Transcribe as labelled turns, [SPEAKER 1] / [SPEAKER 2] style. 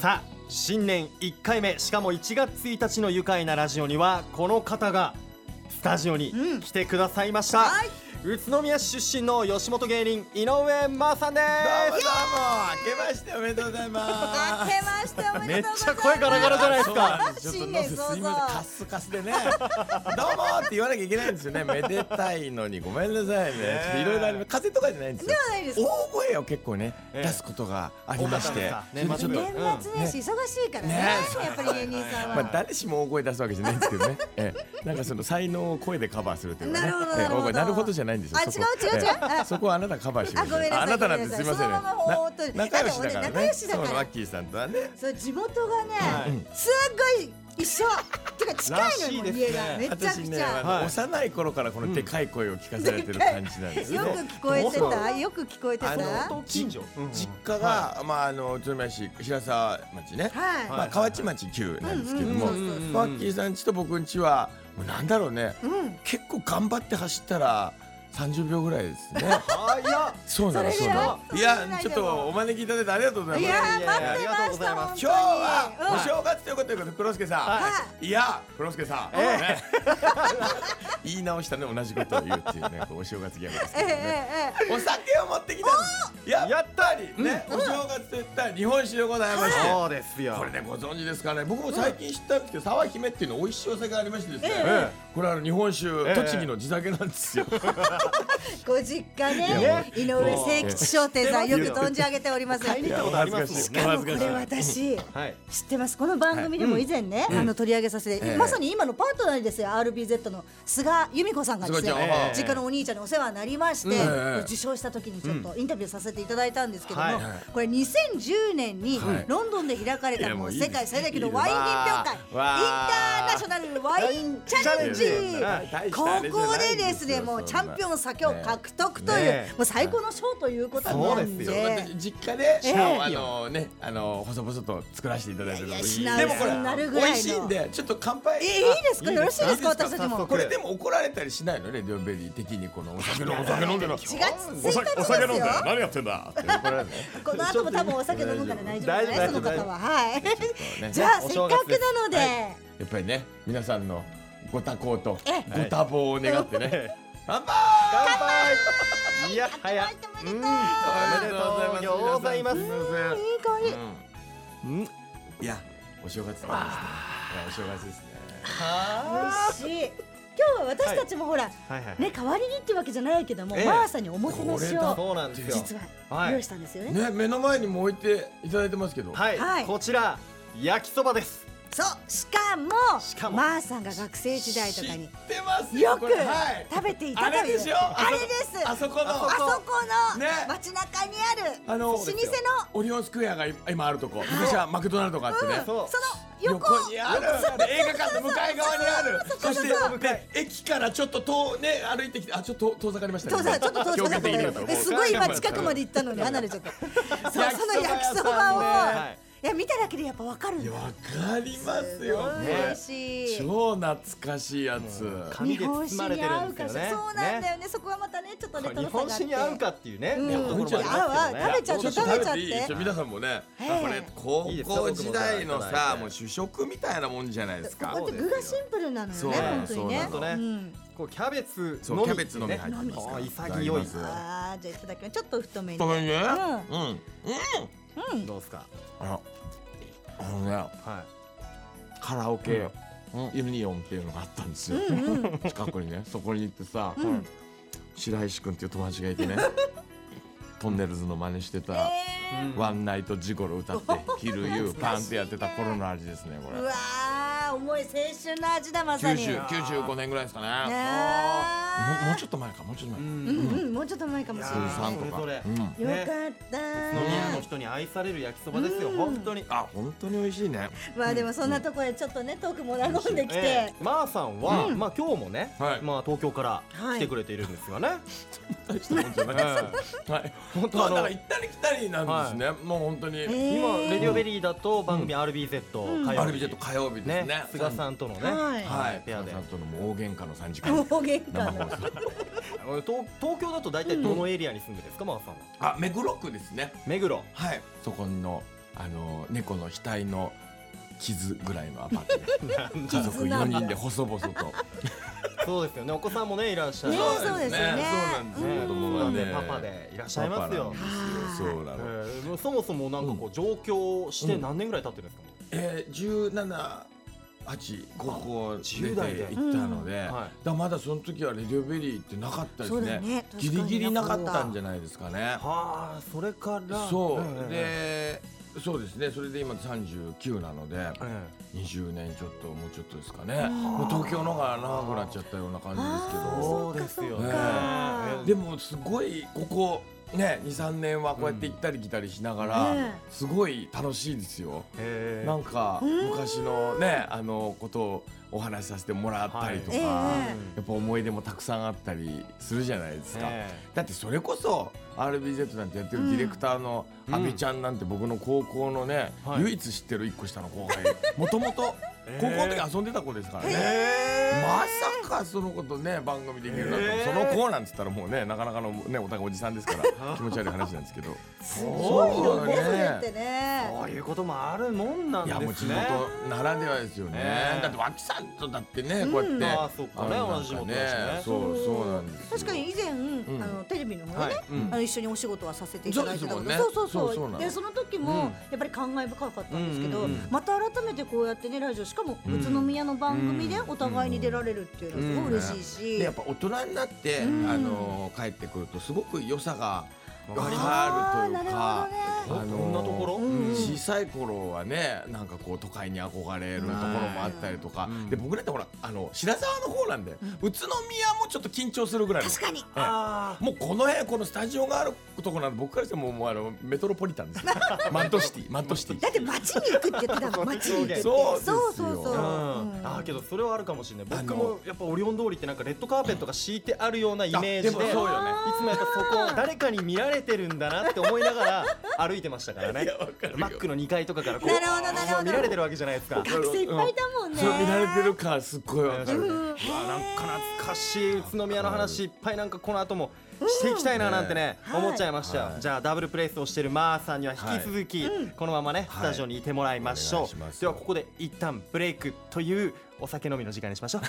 [SPEAKER 1] さあ新年1回目しかも1月1日の愉快なラジオにはこの方がスタジオに
[SPEAKER 2] うん
[SPEAKER 1] 来てくださいました、
[SPEAKER 2] はい
[SPEAKER 1] 宇都宮市出身の吉本芸人井上真さんで
[SPEAKER 3] どうもどうも明けましておめでとうございま
[SPEAKER 2] 明
[SPEAKER 3] す
[SPEAKER 2] けましておめ
[SPEAKER 1] め
[SPEAKER 2] で
[SPEAKER 1] っ
[SPEAKER 2] とうご
[SPEAKER 1] ち
[SPEAKER 2] ざ
[SPEAKER 1] ゃ
[SPEAKER 2] います
[SPEAKER 1] 声ガラガラじゃないです
[SPEAKER 3] そう
[SPEAKER 1] か
[SPEAKER 3] なんですちょっとノスすいませんカッスカスでね どうもって言わなきゃいけないんですよねめでたいのにごめんなさいねちょっといろいろあります風邪とかじゃないんですよ
[SPEAKER 2] ないです
[SPEAKER 3] 大声を結構ね
[SPEAKER 1] ええ
[SPEAKER 3] 出すことがありまし
[SPEAKER 1] 多
[SPEAKER 3] て
[SPEAKER 1] かったですかね
[SPEAKER 3] ま
[SPEAKER 1] まあちょっと
[SPEAKER 3] あちょっと
[SPEAKER 2] 年末年始忙しいからね
[SPEAKER 3] ね
[SPEAKER 2] やっぱり芸人さんは、
[SPEAKER 3] まあ誰しも大声出すわけじゃないんですけどね ええなんかその才能を声でカバーするというかね
[SPEAKER 2] なるほど
[SPEAKER 3] ええ
[SPEAKER 2] なるほど
[SPEAKER 3] 大声なるほどじゃないんですよ
[SPEAKER 2] あ
[SPEAKER 3] そこ
[SPEAKER 2] 違う違う違う
[SPEAKER 3] ええ
[SPEAKER 2] あ
[SPEAKER 3] そこはあなたカバーしてくだ
[SPEAKER 2] あごめんなさい
[SPEAKER 3] あなたなんてすいませ
[SPEAKER 2] ごめん
[SPEAKER 3] んね
[SPEAKER 2] なさいそのまま放っといて
[SPEAKER 3] な仲良しだから
[SPEAKER 2] 仲良
[SPEAKER 3] ね
[SPEAKER 2] しだ
[SPEAKER 3] そ
[SPEAKER 2] か
[SPEAKER 3] う
[SPEAKER 2] ら
[SPEAKER 3] ラッキーさんとはね
[SPEAKER 2] そう地元がね、
[SPEAKER 1] はい
[SPEAKER 2] すっごい一緒てか近いのよ、
[SPEAKER 1] らしいですね
[SPEAKER 2] 家がめちゃくちゃ、
[SPEAKER 3] 私ね、あの
[SPEAKER 1] はい
[SPEAKER 3] 幼い頃からこのでかい声を聞かされてる感じなんですね。
[SPEAKER 2] よく聞こえて
[SPEAKER 1] そう
[SPEAKER 2] たよく聞こえてた
[SPEAKER 3] あの
[SPEAKER 1] 近所
[SPEAKER 3] 実家が、まああの宇都宮市平沢町ね、
[SPEAKER 2] はい、
[SPEAKER 3] まあ河内町旧なんですけども、
[SPEAKER 2] う
[SPEAKER 3] フ
[SPEAKER 2] んうんうんうん
[SPEAKER 3] ァッキーさん家と僕ん家はもうなんだろうね、
[SPEAKER 2] うん
[SPEAKER 3] 結構頑張って走ったら30秒ぐらいです ね。
[SPEAKER 1] あいや
[SPEAKER 3] そうなの
[SPEAKER 2] そ
[SPEAKER 3] そう
[SPEAKER 2] れぐ
[SPEAKER 3] な
[SPEAKER 2] らい
[SPEAKER 3] の。
[SPEAKER 2] そ
[SPEAKER 3] い
[SPEAKER 2] れぐら
[SPEAKER 3] や
[SPEAKER 2] いで
[SPEAKER 3] ちょ
[SPEAKER 2] も
[SPEAKER 3] っとお招きいただいてありがとうござい
[SPEAKER 2] い
[SPEAKER 3] ます。
[SPEAKER 2] や
[SPEAKER 1] いやい
[SPEAKER 2] ー
[SPEAKER 1] やいや
[SPEAKER 2] 待って
[SPEAKER 1] あ
[SPEAKER 2] ま
[SPEAKER 1] りがとうご
[SPEAKER 2] し
[SPEAKER 1] ざ
[SPEAKER 2] た
[SPEAKER 1] います
[SPEAKER 2] 本当に
[SPEAKER 3] 今日はお
[SPEAKER 2] うん
[SPEAKER 3] 正月ということで黒助さん、、
[SPEAKER 2] はい
[SPEAKER 3] や黒助さん、ね 言い直したね同じことを言うっていうねこうお正月ギャグですけ
[SPEAKER 2] ええ
[SPEAKER 3] どね、
[SPEAKER 2] えええ
[SPEAKER 3] お酒を持ってきたんですやっぱりね、お正月といったら日本酒でござい まして、
[SPEAKER 1] そうですよ
[SPEAKER 3] これねご存知ですかね僕も最近知ったんですけど、沢姫っていうの美味しいお酒がありましてですね、
[SPEAKER 1] え
[SPEAKER 3] これあの日本酒、
[SPEAKER 1] ええ
[SPEAKER 3] 栃木の地酒なんですよ、
[SPEAKER 2] えご実家
[SPEAKER 3] い
[SPEAKER 2] ね
[SPEAKER 3] や
[SPEAKER 2] 井上誠吉商店さんよく存じ上げております
[SPEAKER 1] 買いに行ったことありますもん
[SPEAKER 2] で
[SPEAKER 1] ね
[SPEAKER 2] もこれ私
[SPEAKER 1] はい
[SPEAKER 2] 知ってますこの番組でも以前ね、あの取り上げさせて、
[SPEAKER 3] ええ
[SPEAKER 2] まさに今のパートナーですよ RBZ の菅由美子さんがですね
[SPEAKER 3] 菅ちゃんええ
[SPEAKER 2] 実家のお兄ちゃんにお世話になりまして、
[SPEAKER 3] ええ
[SPEAKER 2] 受賞した時にちょっとインタビューさせていただいたんですけども、
[SPEAKER 1] はい
[SPEAKER 2] これ2010年に
[SPEAKER 3] はい
[SPEAKER 2] ロンドンで開かれ
[SPEAKER 3] い
[SPEAKER 2] た
[SPEAKER 3] やもういい
[SPEAKER 2] 世界最大級の
[SPEAKER 3] いい
[SPEAKER 2] ワイン品評会イン
[SPEAKER 3] わ
[SPEAKER 2] タ
[SPEAKER 3] あ
[SPEAKER 2] ーナショナルワインチャレンジ
[SPEAKER 1] チャレンジ
[SPEAKER 3] はい大した
[SPEAKER 2] こ
[SPEAKER 3] あれじゃ
[SPEAKER 2] こ
[SPEAKER 3] な
[SPEAKER 2] で
[SPEAKER 3] いんですよ
[SPEAKER 2] ですねもうチャンピオンの酒を獲得という、
[SPEAKER 1] ねえ
[SPEAKER 2] もう最高の賞ということなんで
[SPEAKER 1] そう
[SPEAKER 3] そうだって実家で、
[SPEAKER 2] ええ
[SPEAKER 3] もあのねあの細々と作らせていただいてるの
[SPEAKER 2] いや
[SPEAKER 3] で
[SPEAKER 2] いや品
[SPEAKER 3] でもこ
[SPEAKER 2] 薄
[SPEAKER 3] れ
[SPEAKER 2] になるぐ
[SPEAKER 3] 美
[SPEAKER 2] らいの
[SPEAKER 3] 味しいんでちょっと乾杯
[SPEAKER 2] えいいですか
[SPEAKER 3] あ
[SPEAKER 2] よろしいですか
[SPEAKER 1] いいですか
[SPEAKER 2] 私たち
[SPEAKER 1] 早
[SPEAKER 2] も
[SPEAKER 1] 速
[SPEAKER 3] これでも怒られたりしないのねレディオベリー的にこのお酒のお酒飲んでな
[SPEAKER 2] 4月1日ですよ
[SPEAKER 3] 何やってんだって怒られるね
[SPEAKER 2] この後も多分お酒飲むから大丈夫です
[SPEAKER 1] 大丈
[SPEAKER 2] ねその
[SPEAKER 1] 夫大丈夫
[SPEAKER 2] 方ははい
[SPEAKER 3] とね
[SPEAKER 2] じゃあ
[SPEAKER 1] お
[SPEAKER 2] せっ
[SPEAKER 1] 正
[SPEAKER 2] か
[SPEAKER 1] 月
[SPEAKER 2] く
[SPEAKER 1] です
[SPEAKER 2] なので、
[SPEAKER 3] やっぱりね皆さんのご多幸と
[SPEAKER 2] え
[SPEAKER 3] ご多忙を願ってね乾杯
[SPEAKER 1] 乾杯いや早い
[SPEAKER 2] 乾杯おめでとう
[SPEAKER 1] おめでとうございます
[SPEAKER 3] おめでとうございます
[SPEAKER 2] いい香り、
[SPEAKER 1] うん美
[SPEAKER 3] いやお正月ですねいやお正月ですね
[SPEAKER 2] 美味しい今日は私たちもほら、
[SPEAKER 1] はいはい
[SPEAKER 2] ね代わりにってわけじゃないけども、
[SPEAKER 3] ええ
[SPEAKER 2] マーサにおもてなしを
[SPEAKER 1] そうなんですよ
[SPEAKER 2] 実は
[SPEAKER 1] はい
[SPEAKER 2] 用意したんですよね,、
[SPEAKER 3] ね目の前にも置いていただいてますけど
[SPEAKER 1] はい、
[SPEAKER 2] はい
[SPEAKER 1] こちら焼きそばです
[SPEAKER 2] そうしかも
[SPEAKER 1] しかも
[SPEAKER 2] マーさんが学生時代とかに
[SPEAKER 3] 知ってます
[SPEAKER 2] よく
[SPEAKER 3] これはい
[SPEAKER 2] 食べていたと
[SPEAKER 3] あれ
[SPEAKER 2] い
[SPEAKER 3] で
[SPEAKER 2] う
[SPEAKER 3] しょ
[SPEAKER 2] あれです
[SPEAKER 3] あそこの
[SPEAKER 2] あそこの
[SPEAKER 3] ね
[SPEAKER 2] 街中にあ
[SPEAKER 3] あ
[SPEAKER 2] る
[SPEAKER 3] の
[SPEAKER 2] 老舗の
[SPEAKER 3] オリオンスクエアが今あるとこ昔はマクドナルドがあってね
[SPEAKER 1] そう
[SPEAKER 2] その横
[SPEAKER 3] にある映画館の向かい側にあるそしてね駅からちょっと遠ね歩いてきてあちょっと遠ざかりましたね
[SPEAKER 2] そうそうちょっと遠ざかって
[SPEAKER 3] 表現できな
[SPEAKER 2] た
[SPEAKER 3] か
[SPEAKER 2] け
[SPEAKER 3] っ
[SPEAKER 2] ど
[SPEAKER 3] た
[SPEAKER 2] えすごい今近くまで行ったのに離れちゃったそうその焼
[SPEAKER 3] 焼
[SPEAKER 2] き
[SPEAKER 3] き
[SPEAKER 2] そ
[SPEAKER 3] そ
[SPEAKER 2] ばを
[SPEAKER 3] ば屋さんね
[SPEAKER 1] はい
[SPEAKER 2] や見ただけでやっぱわかるん
[SPEAKER 3] い
[SPEAKER 2] だ
[SPEAKER 3] やわかりますよ
[SPEAKER 2] 美
[SPEAKER 3] ね
[SPEAKER 2] 味しい
[SPEAKER 3] 超懐かしいやつ
[SPEAKER 1] 紙で包まれてるんですよ
[SPEAKER 2] 日本酒に合うか
[SPEAKER 1] ね
[SPEAKER 2] しそうなんだよねそこはまたねちょっとレト
[SPEAKER 1] 日
[SPEAKER 2] ロさがあって
[SPEAKER 1] 本酒に合うかっていうね、
[SPEAKER 2] うん
[SPEAKER 1] いやところもありますけど
[SPEAKER 2] いや合う合う食べちゃう
[SPEAKER 3] ちょっと食べていいちょっと皆さんもね
[SPEAKER 2] え
[SPEAKER 3] これ高校時代
[SPEAKER 1] いい
[SPEAKER 3] の
[SPEAKER 1] ですよ
[SPEAKER 3] さもう主食みたいなもんじゃないですか
[SPEAKER 2] こうやって具がシンプルなのよ
[SPEAKER 3] そう
[SPEAKER 2] ね本当にね
[SPEAKER 3] そう
[SPEAKER 1] ちょっとね、
[SPEAKER 2] うん
[SPEAKER 1] こうキャベツ
[SPEAKER 3] そう
[SPEAKER 1] のみ
[SPEAKER 3] キャベツのみ入って
[SPEAKER 1] ね
[SPEAKER 3] ますから
[SPEAKER 1] あ潔いです
[SPEAKER 2] あーじゃあいただきますちょっと太めに
[SPEAKER 3] ごめんね
[SPEAKER 2] う
[SPEAKER 3] うんうん
[SPEAKER 1] どうですか
[SPEAKER 3] ああのね
[SPEAKER 1] は
[SPEAKER 3] カラオケユニオンっていうのがあったんですよ
[SPEAKER 2] うんうん
[SPEAKER 3] 近くにねそこに行ってさ
[SPEAKER 2] ん
[SPEAKER 3] 白石君っていう友達がいて ねトンネルズの真似してた
[SPEAKER 2] え
[SPEAKER 1] い、
[SPEAKER 3] ワンナイトジゴロ歌 って昼夕パンってやってた頃の味ですねこ
[SPEAKER 2] ーう
[SPEAKER 3] れ
[SPEAKER 2] わー重い青春の味だまさにね
[SPEAKER 3] 90 95年ぐらいですかねもうもう
[SPEAKER 2] ー
[SPEAKER 3] ちょっと前かもうちょっと
[SPEAKER 1] う
[SPEAKER 3] 前
[SPEAKER 2] うんんうんもうちょっと前かも
[SPEAKER 1] い
[SPEAKER 2] し
[SPEAKER 1] やー
[SPEAKER 2] れな
[SPEAKER 3] 93
[SPEAKER 2] い
[SPEAKER 3] とか
[SPEAKER 1] それ
[SPEAKER 3] うん
[SPEAKER 2] よかったー
[SPEAKER 1] 飲み屋の人に愛される焼きそばですよ、
[SPEAKER 2] うん
[SPEAKER 1] 本当に
[SPEAKER 3] あ本当に美味しいね
[SPEAKER 2] まあでもそんなところでちょっとねトークも和んできて、
[SPEAKER 1] ええまーさんは、まあ今日もね、
[SPEAKER 3] はい
[SPEAKER 1] まあ東京から
[SPEAKER 2] はい
[SPEAKER 1] 来てくれているんですがね、
[SPEAKER 3] 大したもんじゃないですはい
[SPEAKER 1] 本当
[SPEAKER 3] まあ
[SPEAKER 1] あの
[SPEAKER 3] だから行ったり来たりなんですねもう本当に
[SPEAKER 2] え
[SPEAKER 1] 今
[SPEAKER 2] ー
[SPEAKER 1] レディオベリーだと番組 RBZ
[SPEAKER 2] ん
[SPEAKER 1] 火曜日
[SPEAKER 3] アルビジェット火曜日ですね
[SPEAKER 1] ね菅さんとのね、
[SPEAKER 2] はい
[SPEAKER 3] はい
[SPEAKER 1] ペアで
[SPEAKER 3] 菅さんとのもう大喧嘩の3時間
[SPEAKER 2] 大喧
[SPEAKER 3] 生
[SPEAKER 2] 嘩
[SPEAKER 3] 放
[SPEAKER 2] の
[SPEAKER 3] 送
[SPEAKER 1] 東東京だと大体どのエリアに住んでるんですか、マーさんは
[SPEAKER 3] あ目黒区ですね
[SPEAKER 1] 目黒
[SPEAKER 3] はいそこのあの猫の額の傷ぐらいのアパートで家族
[SPEAKER 2] 傷な
[SPEAKER 3] 4
[SPEAKER 2] んだ
[SPEAKER 3] 人で細々と
[SPEAKER 1] そうですよねお子さんもねいらっしゃる
[SPEAKER 2] ね
[SPEAKER 1] し
[SPEAKER 2] えそうですよね
[SPEAKER 3] そうなんですね
[SPEAKER 1] 子
[SPEAKER 3] 子供
[SPEAKER 1] 供が
[SPEAKER 3] が
[SPEAKER 1] ね
[SPEAKER 3] ね
[SPEAKER 1] パパでいらっしゃいますよ
[SPEAKER 3] パパなんですよそうな
[SPEAKER 1] え
[SPEAKER 3] の、
[SPEAKER 1] ーもうそもそもなんかこう上京して何年ぐらい経ってるんですか、
[SPEAKER 3] えー、17高校出
[SPEAKER 1] 10代で
[SPEAKER 3] て行ったので、
[SPEAKER 1] んはい
[SPEAKER 3] だまだその時はレディオベリーってなかったで
[SPEAKER 2] そ
[SPEAKER 3] す
[SPEAKER 2] うだ
[SPEAKER 3] ね
[SPEAKER 2] よね
[SPEAKER 3] ギリギリなかったんじ
[SPEAKER 2] ゃ
[SPEAKER 3] ゃないですかね
[SPEAKER 1] はあそれから
[SPEAKER 3] そう、
[SPEAKER 1] え
[SPEAKER 3] でそうですねそれで今39なので、
[SPEAKER 1] ーえ
[SPEAKER 3] 20年ちょっともうちょっとですかねもう東京の方が長くなっちゃったような感じですけ
[SPEAKER 1] ー
[SPEAKER 2] あー
[SPEAKER 3] ど
[SPEAKER 1] そうですよね
[SPEAKER 3] そっ
[SPEAKER 2] かそっか
[SPEAKER 3] でもすごいここね23年はこうやって行ったり来たりしながら、
[SPEAKER 2] うんね
[SPEAKER 3] すごい楽しいですよ。
[SPEAKER 1] えー
[SPEAKER 3] なんか昔のねあのことをお話しさせてもらったりとか、
[SPEAKER 2] はいえ
[SPEAKER 3] やっぱ思い出もたくさんあったりするじゃないですか。
[SPEAKER 1] え
[SPEAKER 3] だってそれこそ RBZ なんてやってるディレクターの阿部ちゃんなんて僕の高校のね、
[SPEAKER 1] はい
[SPEAKER 3] 唯一知ってる1個下の後輩もともと
[SPEAKER 1] えー
[SPEAKER 3] 高校の時遊んでた子ですからね、まさかそのことね番組できるなんて、
[SPEAKER 1] えー
[SPEAKER 3] その子なんつったらもうねなかなかのねお互いおじさ んですから気持ち悪い話なんですけど
[SPEAKER 2] すごいよね
[SPEAKER 3] そう
[SPEAKER 2] それ
[SPEAKER 3] だ
[SPEAKER 2] ってね
[SPEAKER 1] こういうこともあるもんなん
[SPEAKER 3] い
[SPEAKER 1] で
[SPEAKER 3] やもう
[SPEAKER 1] す
[SPEAKER 3] 地
[SPEAKER 1] ね
[SPEAKER 3] 元ならではですよね、
[SPEAKER 1] ね
[SPEAKER 3] だって脇さんとだってね、こうやって
[SPEAKER 1] ああそっかね
[SPEAKER 3] のなん
[SPEAKER 1] 同じ地元だしね
[SPEAKER 3] そうそうなんですよ
[SPEAKER 2] 確かに以前、
[SPEAKER 3] ん
[SPEAKER 2] あのテレビのもね、
[SPEAKER 1] はい
[SPEAKER 3] うん
[SPEAKER 2] あの一緒にお仕事はさせていただいてた
[SPEAKER 3] そう
[SPEAKER 2] の
[SPEAKER 3] で
[SPEAKER 2] です
[SPEAKER 3] もん
[SPEAKER 2] そ
[SPEAKER 3] ね
[SPEAKER 2] うそうそう
[SPEAKER 3] そうそうなの
[SPEAKER 2] でその時も、
[SPEAKER 1] うん
[SPEAKER 2] やっぱり感慨深かったんですけど、
[SPEAKER 1] うんうんうん
[SPEAKER 2] また改めてこうやってねラジオしかも
[SPEAKER 3] うん
[SPEAKER 2] 宇都宮の番組でお互いに出られるっていうのはすごい嬉しいし、
[SPEAKER 3] でやっぱ大人になって、
[SPEAKER 2] うん
[SPEAKER 3] あの帰ってくるとすごく良さが分かるという
[SPEAKER 2] あ
[SPEAKER 3] か
[SPEAKER 2] ー
[SPEAKER 1] なるほどね
[SPEAKER 3] ー
[SPEAKER 1] どんなところ
[SPEAKER 2] うん
[SPEAKER 3] 小さい頃はねなんかこう都会に憧れるところもあったりとか、
[SPEAKER 1] うん
[SPEAKER 3] で僕らってほらあの白沢の方なんで、宇都宮もちょっと緊張するぐらいの
[SPEAKER 2] 確かに
[SPEAKER 3] ええ
[SPEAKER 1] あ
[SPEAKER 3] もうこの辺このスタジオがあるところなんで僕からしてももうあのメトロポリタンですよマッドシティマッドシティ
[SPEAKER 2] だって街に行くって言ってたの街に行くって
[SPEAKER 3] そうですよ
[SPEAKER 2] そうそうそう
[SPEAKER 1] ーう
[SPEAKER 3] う
[SPEAKER 1] んあーけどそれはあるかもしれない僕もやっぱオリオン通りってなんかレッドカーペットが敷いてあるようなイメージで
[SPEAKER 3] あでもそうよね
[SPEAKER 1] いつもやっぱそこ誰かに見られてるんだなって思いなが ら歩いてましたからねマックの2階とかからこう
[SPEAKER 2] なるほどなるほど
[SPEAKER 1] そう見られてるわけじゃないですか
[SPEAKER 2] 学生いっぱいいたもんね
[SPEAKER 3] そう見られてるからすっごいわかる、
[SPEAKER 1] うわなんか懐かしい宇都宮の話いっぱいなんかこの後もしていきたいななんてね
[SPEAKER 2] うん
[SPEAKER 1] 思っちゃいましたよ、
[SPEAKER 3] はい
[SPEAKER 1] じゃあダブルプレイスをしてるマーさんには引き続き、このままねスタジオにいてもらいましょう、
[SPEAKER 3] はいお願いします
[SPEAKER 1] ではここで一旦ブレイクというお酒飲みの時間にしましょう